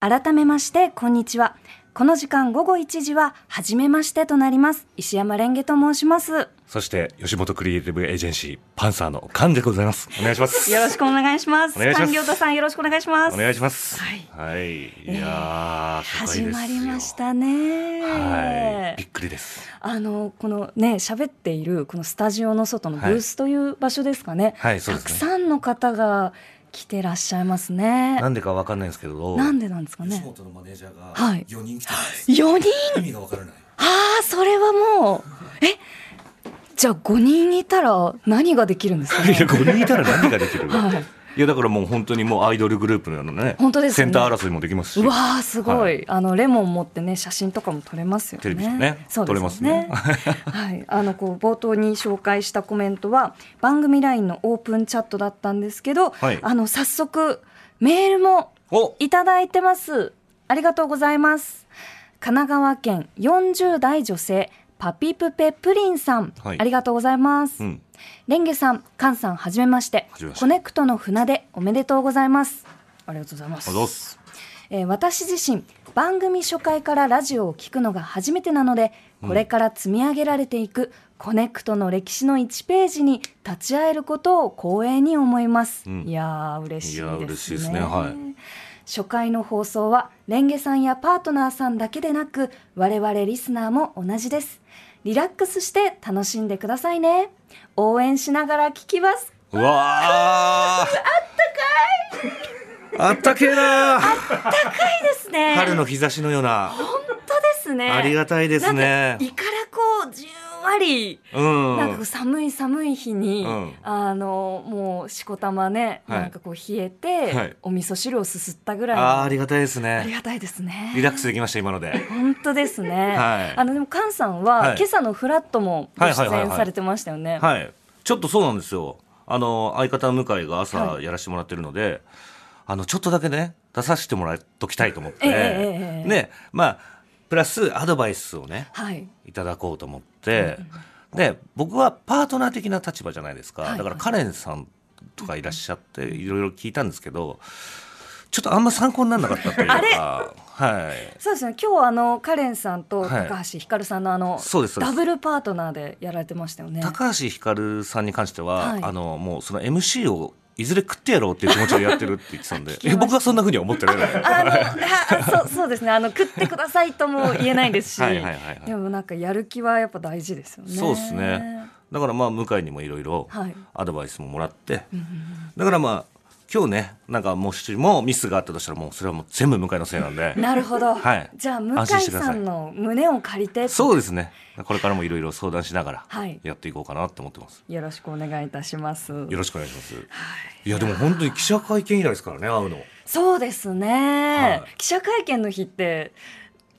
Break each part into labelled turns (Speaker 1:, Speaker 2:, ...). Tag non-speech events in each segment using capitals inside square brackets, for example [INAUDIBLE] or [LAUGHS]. Speaker 1: 改めましてこんにちはこの時間午後1時は初めましてとなります石山レンゲと申します
Speaker 2: そして吉本クリエイティブエージェンシーパンサーの菅でございますお願いします
Speaker 1: よろしくお願いします
Speaker 2: お願いしま
Speaker 1: 官
Speaker 2: す
Speaker 1: 僚太さんよろしくお願いします
Speaker 2: お願いします
Speaker 1: はい、
Speaker 2: い、いやー、
Speaker 1: 始
Speaker 2: 初回ですよ
Speaker 1: まりましたね
Speaker 2: はいびっくりです
Speaker 1: あのこのね喋っているこのスタジオの外のブースという場所ですかね、
Speaker 2: はいそう
Speaker 1: た
Speaker 2: です
Speaker 1: く
Speaker 2: ね
Speaker 1: さんの方が来てらっしゃいますね
Speaker 2: なんでかわかんないんですけど
Speaker 1: なんでなんですか
Speaker 3: 吉
Speaker 1: ね
Speaker 3: 本のマネージャーが
Speaker 1: はい
Speaker 3: 4人来てます、
Speaker 1: 4人
Speaker 3: 意味がわからない
Speaker 1: ああそれはもうえじゃあ5人いたら何ができるんですか
Speaker 2: [LAUGHS] いや
Speaker 1: ね
Speaker 2: これいたら何ができる、、
Speaker 1: はい
Speaker 2: やだからもう本当にもうアイドルグループのようなね
Speaker 1: 本当です
Speaker 2: セ
Speaker 1: よ
Speaker 2: ン
Speaker 1: ね
Speaker 2: ター争いもできますし
Speaker 1: うわーすごい、
Speaker 2: は
Speaker 1: あのレモン持ってね写真とかも撮れますよね
Speaker 2: テレビでね
Speaker 1: そうですよ
Speaker 2: 撮れ
Speaker 1: [LAUGHS]
Speaker 2: ま
Speaker 1: はいあのこう冒頭に紹介したコメントは番組 LINE のオープンチャットだったんですけど、
Speaker 2: はい
Speaker 1: あの早速メールも
Speaker 2: お
Speaker 1: いただいてます。ありがとうございます。神奈川県40代女性パピプペプリンさん、
Speaker 2: はい
Speaker 1: ありがとうございます。
Speaker 2: うん
Speaker 1: レンゲさん、カンさん、はじめまして
Speaker 2: はじめまして
Speaker 1: コネクトの船でおめでとうございます。ありがとうございます。
Speaker 2: あどうす
Speaker 1: えー私自身番組初回からラジオを聞くのが初めてなのでこれから積み上げられていくコネクトの歴史の1ページに立ち会えることを光栄に思います、
Speaker 2: うん
Speaker 1: いやー嬉しいですね
Speaker 2: いやー嬉しいですねはい
Speaker 1: 初回の放送はレンゲさんやパートナーさんだけでなく我々リスナーも同じですリラックスして楽しんでくださいね応援しながら聞きます
Speaker 2: うわーあったかいあったけえな
Speaker 1: ですね
Speaker 2: 春の日差しのような
Speaker 1: 本当ですね
Speaker 2: ありがたいです
Speaker 1: なん
Speaker 2: ね
Speaker 1: か胃からこうじゅんわり
Speaker 2: うん
Speaker 1: なんかこう寒い寒い日に、
Speaker 2: うん
Speaker 1: あのもうしこたまね、
Speaker 2: はい
Speaker 1: なんかこう冷えて、
Speaker 2: はい
Speaker 1: お味噌汁をすすったぐらいの
Speaker 2: あー
Speaker 1: あ
Speaker 2: ありがたいです
Speaker 1: り
Speaker 2: ね
Speaker 1: がたいです
Speaker 2: リ
Speaker 1: ね。
Speaker 2: ラックスできました今ので
Speaker 1: 本当ですね。
Speaker 2: [LAUGHS] はい
Speaker 1: あのでも菅さんは、
Speaker 2: はい
Speaker 1: 今朝のフラットもご出
Speaker 2: はいはいはい
Speaker 1: 演
Speaker 2: はい
Speaker 1: されてましたよね。
Speaker 2: はい。ちょっとそうなんですよ。あの、相方の向井が朝
Speaker 1: は
Speaker 2: やらせてもらってるので、あの、ちょっとだけね、出させてもらっときたいと思って、
Speaker 1: ええええええ
Speaker 2: ね、まあ、プラスアドバイスをね、
Speaker 1: はい。
Speaker 2: いただこうと思って、で、僕はパートナー的な立場じゃないですか。
Speaker 1: はいはい
Speaker 2: だからカレンさんとかいらっしゃって、いろいろ聞いたんですけど、ちょっとあんま参考にならなかったというか、はい。
Speaker 1: そうですね。今日あのカレンさんと
Speaker 2: はい
Speaker 1: 高橋ひかるさんのあの、
Speaker 2: そうですそうで
Speaker 1: ダ
Speaker 2: す
Speaker 1: ブルパートナーでやられてましたよね。
Speaker 2: 高橋ひかるさんに関しては、
Speaker 1: はい
Speaker 2: あのもうその MC をいずれ食ってやろうっていう気持ちでやってるって言ってたんで
Speaker 1: 聞きまし
Speaker 2: え
Speaker 1: た
Speaker 2: 僕はそんなふうには思ってない
Speaker 1: [LAUGHS] あのはそう [LAUGHS] そうですねあの食ってくださいとも言えないですし
Speaker 2: はいはいはいはい
Speaker 1: でもなんかやる気はやっぱ大事ですよね。
Speaker 2: そうですねだからまあ向井にもいろいろ
Speaker 1: はい
Speaker 2: アドバイスももらって、だからまあ今日ねなんかもしもミスがあったとしたらもうそれはもう全部向井のせいなんで
Speaker 1: なるほど、
Speaker 2: はい
Speaker 1: じゃあ向井
Speaker 2: 安心してくだ
Speaker 1: さ
Speaker 2: さい
Speaker 1: んの胸を借りて
Speaker 2: そうですねこれからもいろいろ相談しながら
Speaker 1: はい
Speaker 2: やっていこうかなと思ってます、
Speaker 1: よろしくお願いいたします
Speaker 2: よろしくお願いします、い、やでも本当に記者会見以来ですからね会うの
Speaker 1: そうですね、
Speaker 2: はい
Speaker 1: 記者会見の日って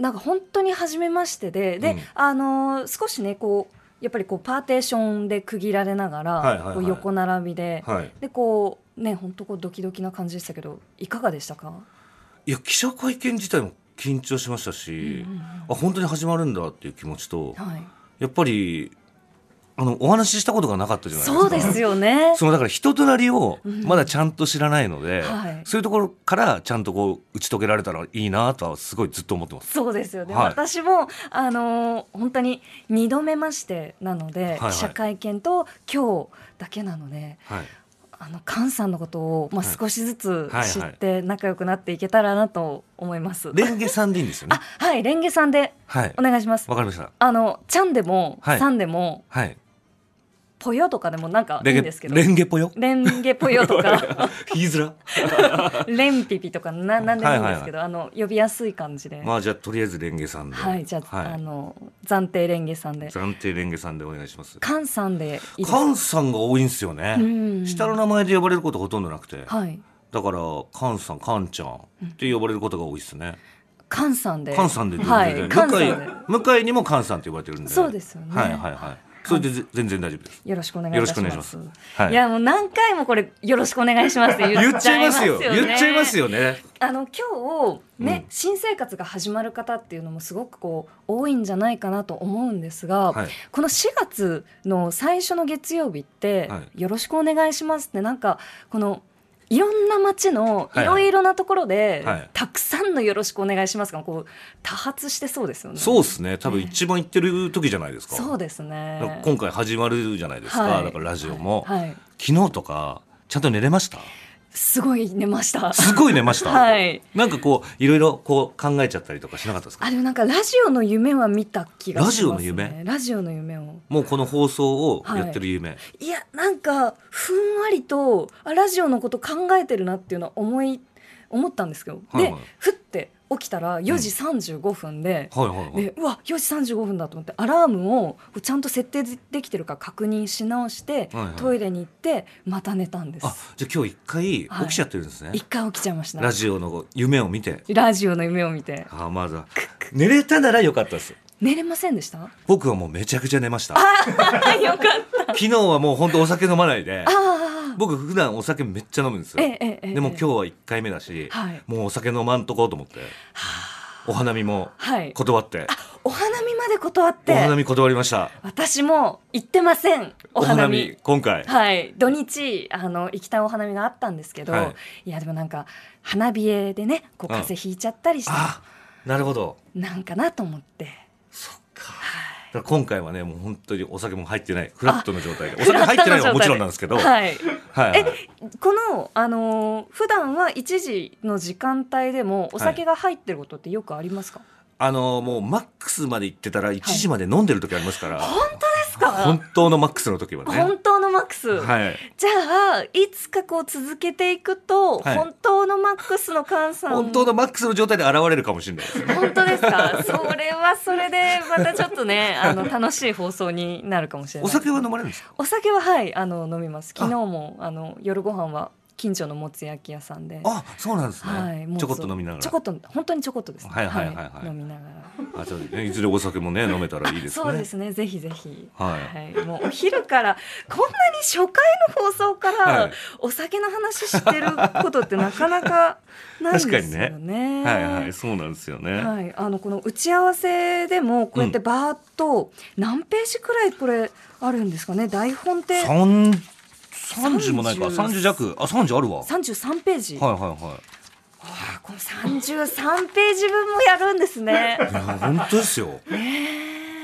Speaker 1: なんか本当に初めましてでで、
Speaker 2: うん
Speaker 1: あのー少しねこうやっぱりこうパーテーションで区切られながら、
Speaker 2: はいはいはい
Speaker 1: こう横並びで、
Speaker 2: はい
Speaker 1: でこうね本当こうドキドキな感じでしたけどいかがでしたか
Speaker 2: いや記者会見自体も緊張しましたし、あ本当に始まるんだっていう気持ちと、
Speaker 1: はい、
Speaker 2: やっぱりあのお話ししたことがなかったじゃないですか
Speaker 1: そうですよね。
Speaker 2: そのだから人となりをまだちゃんと知らないので、
Speaker 1: はい
Speaker 2: そういうところからちゃんとこう打ち解けられたらいいなとはすごいずっと思ってます。
Speaker 1: そうですよね、
Speaker 2: はい
Speaker 1: 私も、あのー本当に2度目ましてなので、
Speaker 2: いはい
Speaker 1: 記者会見と今日だけなので
Speaker 2: はい、
Speaker 1: あの菅さんのことを、まあ、
Speaker 2: はい
Speaker 1: 少しずつ
Speaker 2: はいはい
Speaker 1: 知って仲良くなっていけたらなと思います。
Speaker 2: レンゲさんでいいんですよね
Speaker 1: あ。はいレンゲさんで
Speaker 2: はい
Speaker 1: お、願いします。
Speaker 2: わかりました。
Speaker 1: あのちゃんでも、
Speaker 2: はい
Speaker 1: さんでも
Speaker 2: はい、
Speaker 1: ぽよとかでもなんかい
Speaker 2: レ
Speaker 1: いん
Speaker 2: ン
Speaker 1: で
Speaker 2: ゲ
Speaker 1: すけど。
Speaker 2: レンゲ
Speaker 1: [LAUGHS]
Speaker 2: ぽよ。
Speaker 1: レンゲぽよとか
Speaker 2: 言いづ
Speaker 1: [LAUGHS]
Speaker 2: ら。
Speaker 1: レンピピとかななんでもいいんですけど、あの呼びやすい感じで、
Speaker 2: まあじゃあとりあえずレンゲさんで。
Speaker 1: はいじゃあ,、あの暫定レンゲさんで
Speaker 2: 暫定レンゲさんでお願いします。
Speaker 1: 菅さんでいいですか
Speaker 2: カンさんが多いんですよね、
Speaker 1: うん
Speaker 2: 下の名前で呼ばれることほとんどなくて、
Speaker 1: はい。
Speaker 2: だからカンさんカンちゃんって呼ばれることが多いですね、
Speaker 1: カンさんで。
Speaker 2: カンさんで呼ば
Speaker 1: は
Speaker 2: れて
Speaker 1: い。
Speaker 2: る
Speaker 1: カンさんで。
Speaker 2: 向井向井にもカンさんって呼ばれてるんで
Speaker 1: そうですよね
Speaker 2: はいはいはいそれでぜ全然大丈夫です
Speaker 1: よろしくお願いいたし
Speaker 2: よろしくお
Speaker 1: ま
Speaker 2: 願いしますす。はい
Speaker 1: やもう何回もこれよろしくお願いしますって言
Speaker 2: 言
Speaker 1: っ
Speaker 2: っ
Speaker 1: ち
Speaker 2: ち
Speaker 1: ゃい
Speaker 2: ゃい
Speaker 1: ま
Speaker 2: ますす
Speaker 1: よ
Speaker 2: よ
Speaker 1: ね。
Speaker 2: 言っちゃいますよね
Speaker 1: あの今日ね、
Speaker 2: うん
Speaker 1: 新生活が始まる方っていうのもすごくこう多いんじゃないかなと思うんですが、
Speaker 2: はい
Speaker 1: この4月の最初の月曜日って、
Speaker 2: は
Speaker 1: よろしくお願いしますってなんかこのいろんな町のい
Speaker 2: はいは
Speaker 1: ろ
Speaker 2: い
Speaker 1: いろなところで、
Speaker 2: はい
Speaker 1: たくさんの「よろしくお願いします」がこう多発してそうですよね。
Speaker 2: そうですね多分一番行ってる時じゃないですか,、
Speaker 1: そうですね。
Speaker 2: 今回始まるじゃないですか、
Speaker 1: はい
Speaker 2: だからラジオも、
Speaker 1: はいはい
Speaker 2: 昨日とかちゃんと寝れました
Speaker 1: すごい寝ました。
Speaker 2: すごい寝ました、
Speaker 1: [LAUGHS] はい
Speaker 2: なんかこういろいろこう考えちゃったりとかしなかったですか
Speaker 1: あでもなんかラジオの夢は見た気がします、ね。
Speaker 2: ラジオの夢
Speaker 1: ラジオの夢を。
Speaker 2: もうこの放送をやってる夢、
Speaker 1: いやなんかふんわりとあラジオのこと考えてるなっていうのは思い思ったんですけど、
Speaker 2: はいはい
Speaker 1: でふって起きたら4時35分で、
Speaker 2: はいはいはい、
Speaker 1: でうわ4時35分だと思ってアラームをちゃんと設定できてるか確認し直して、
Speaker 2: はいはい
Speaker 1: トイレに行ってまた寝たんで
Speaker 2: あ
Speaker 1: す
Speaker 2: じゃあ今日一
Speaker 1: はい
Speaker 2: 回起きちゃってるんですね、
Speaker 1: 一回起きちゃいました
Speaker 2: ラジオの夢を見て
Speaker 1: ラジオの夢を見て
Speaker 2: あまだ寝れたなら良かったです
Speaker 1: 寝れませんでした
Speaker 2: 僕はもうめちゃくちゃ寝ました
Speaker 1: よかった
Speaker 2: 昨日はもう本当お酒飲まないで
Speaker 1: ああ
Speaker 2: 僕普段お酒めっちゃ飲むんですよ
Speaker 1: ええええええ
Speaker 2: でも今日は1回目だし、
Speaker 1: はい
Speaker 2: もうお酒飲まんとこうと思ってお花見も
Speaker 1: はい
Speaker 2: 断って、
Speaker 1: お花見まで断っ
Speaker 2: お花
Speaker 1: て
Speaker 2: 見断りました
Speaker 1: 私も行ってませんお花見
Speaker 2: 今回、
Speaker 1: はい、土日あの行きたいお花見があったんですけど、、
Speaker 2: はい
Speaker 1: やでもなんか花冷えでねこう
Speaker 2: うん
Speaker 1: 風邪ひいちゃったりして、
Speaker 2: あなるほど
Speaker 1: なんかなと思って
Speaker 2: そっか
Speaker 1: は
Speaker 2: だから今回はねもう本当にお酒も入ってないフラットの状態でお酒入ってないのはもちろんなんですけど、はい
Speaker 1: はい、
Speaker 2: はい
Speaker 1: この、あのー普段は1時の時間帯でもお酒が入ってることってよくありますか、
Speaker 2: あのもうマックスまで行ってたら1時まで飲んでる時ありますから、
Speaker 1: 本当ですか
Speaker 2: 本当のマックスの時はね
Speaker 1: 本当のマックス、
Speaker 2: はい
Speaker 1: じゃあいつかこう続けていくと、
Speaker 2: はい
Speaker 1: 本当のマックスの換算
Speaker 2: 本当のマックスの状態で現れるかもしれないですよ
Speaker 1: 本当ですかそれはそれでまたちょっとねあの楽しい放送になるかもしれない
Speaker 2: お酒は飲まれるんですか
Speaker 1: お酒ははいあの飲みます昨日もあの夜ご飯は近所のもつ焼き屋さんで
Speaker 2: あそうなんですね、
Speaker 1: はいもつ
Speaker 2: ちょこっと飲みながら
Speaker 1: ちょこっと本当にちょこっとですね
Speaker 2: はいはいはいはい
Speaker 1: 飲みながら
Speaker 2: あちょっとねいずれお酒もね飲めたらいいですね
Speaker 1: そうですねぜひぜひ
Speaker 2: はい
Speaker 1: はい、もうお昼からこんなに初回の放送か
Speaker 2: は
Speaker 1: ら
Speaker 2: い
Speaker 1: お酒の話してることってなかなかないですよね。
Speaker 2: 確かにはいはいそうなんですよね、
Speaker 1: はい、あのこの打ち合わせでもこうやってバーッと何ページくらいこれあるんですかね台本って
Speaker 2: 三三十もないか三
Speaker 1: 30
Speaker 2: 十弱あ三十あるわはい
Speaker 1: 33ページ、
Speaker 2: はいは
Speaker 1: あこの33ページ分もやるんです
Speaker 2: [LAUGHS]
Speaker 1: ね
Speaker 2: いいや本当ですよ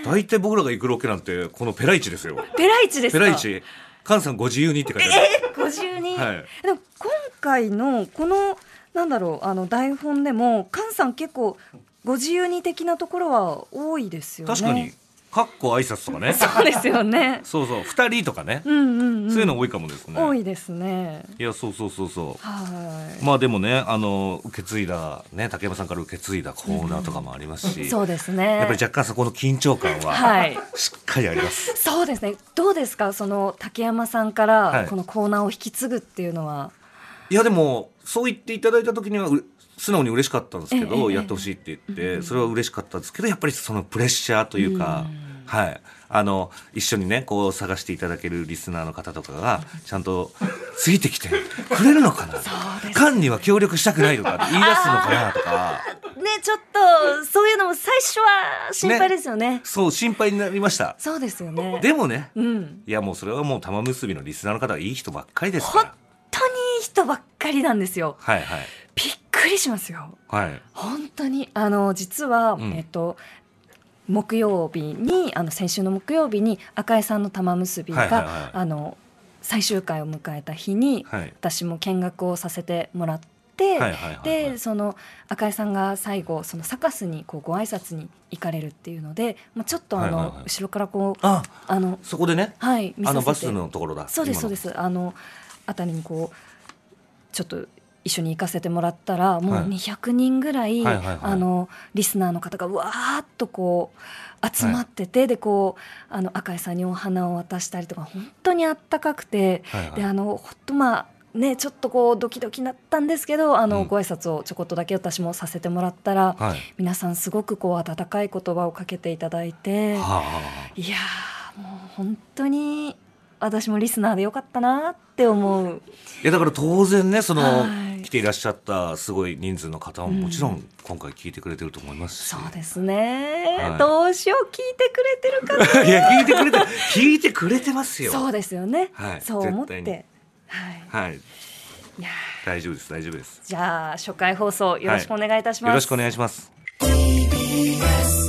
Speaker 2: 大体僕らが行くロケなんてこのペライチですよ
Speaker 1: ペライチです
Speaker 2: ペ
Speaker 1: か
Speaker 2: ライチ菅さんご自由にって書いてある
Speaker 1: 52、
Speaker 2: はい
Speaker 1: でも今回のこのなんだろうあの台本でも菅さん結構ご自由に的なところは多いですよね
Speaker 2: 確かにかっこ挨拶とかね
Speaker 1: そうですよ
Speaker 2: [LAUGHS]
Speaker 1: ね
Speaker 2: そうそう二人とかね
Speaker 1: うんうん、うん、
Speaker 2: そういうの多いかもですね
Speaker 1: 多いですね
Speaker 2: いやそうそうそうそう
Speaker 1: はい、
Speaker 2: まあでもねあの受け継いだね竹山さんから受け継いだコーナーとかもありますし、
Speaker 1: そうですね
Speaker 2: やっぱり若干そこの緊張感は
Speaker 1: はい
Speaker 2: しっかりあります。
Speaker 1: そうですね。どうですか、その竹山さんから
Speaker 2: はい
Speaker 1: このコーナーを引き継ぐっていうのは。
Speaker 2: いやでもそう言っていただいた時にはう素直に嬉しかったんですけ
Speaker 1: ええ
Speaker 2: ど、
Speaker 1: ええ
Speaker 2: やってほしいって言って、それは嬉しかったんですけどやっぱりそのプレッシャーというか、はいあの一緒にねこう探していただけるリスナーの方とかがちゃんとついてきてくれるのかな菅には協力したくないとか言い出すのかなとか
Speaker 1: ね、ちょっとそういうのも最初は心配ですよね。
Speaker 2: そう心配になりました。
Speaker 1: そうですよね。
Speaker 2: でもね
Speaker 1: うん、
Speaker 2: いやもうそれはもう玉結びのリスナーの方がいい人ばっかりですか
Speaker 1: 本
Speaker 2: ら。
Speaker 1: 当にいい人ばっかりなんですよ。
Speaker 2: はいはい
Speaker 1: びっくりしますよ。
Speaker 2: はい
Speaker 1: 本当にあの実は、
Speaker 2: うん
Speaker 1: えっと。木曜日にあの先週の木曜日に赤江さんの玉結びが、
Speaker 2: はいはいはい
Speaker 1: あの最終回を迎えた日に、
Speaker 2: はい
Speaker 1: 私も見学をさせてもらって、
Speaker 2: はいはいはいはい
Speaker 1: でその赤井さんが最後そのサカスにこうご挨拶に行かれるっていうので、まあ、ちょっとあの、
Speaker 2: はいはいはい
Speaker 1: 後ろからこう
Speaker 2: あ
Speaker 1: あの
Speaker 2: そこでね
Speaker 1: はい見させて
Speaker 2: あのバスのところだ
Speaker 1: そうです
Speaker 2: 今
Speaker 1: そう
Speaker 2: の
Speaker 1: ですあのあたりにこうちょっと一緒に行かせてもらったらもう
Speaker 2: はい
Speaker 1: 200人ぐらい、
Speaker 2: はいはいはい
Speaker 1: あのリスナーの方がうわーっとこう集まってて、でこうあの赤井さんにお花を渡したりとか本当にあったかくて、
Speaker 2: はいはい
Speaker 1: であのほっとまあねちょっとこうドキドキなったんですけどあの、
Speaker 2: うん
Speaker 1: ご挨拶をちょこっとだけ私もさせてもらったら、
Speaker 2: はい
Speaker 1: 皆さんすごくこう温かい言葉をかけていただいて。
Speaker 2: はあはあ
Speaker 1: いやーもう本当に私もリスナーでよかったなって思う
Speaker 2: いやだから当然ねその、
Speaker 1: はい
Speaker 2: 来ていらっしゃったすごい人数の方も
Speaker 1: うん
Speaker 2: もちろん今回聞いてくれてると思いますし、
Speaker 1: そうですね、
Speaker 2: はい
Speaker 1: どうしよう聞いてくれてるかな
Speaker 2: いや聞いてくれて聞
Speaker 1: [LAUGHS]
Speaker 2: いてくれてますよ
Speaker 1: そうですよね、
Speaker 2: はい
Speaker 1: そう思っ
Speaker 2: 絶対に
Speaker 1: てはい
Speaker 2: はい
Speaker 1: いや
Speaker 2: 大丈夫です大丈夫です
Speaker 1: じゃあ初回放送よろしくお願いいたします、
Speaker 2: よろしくお願いします
Speaker 4: TBS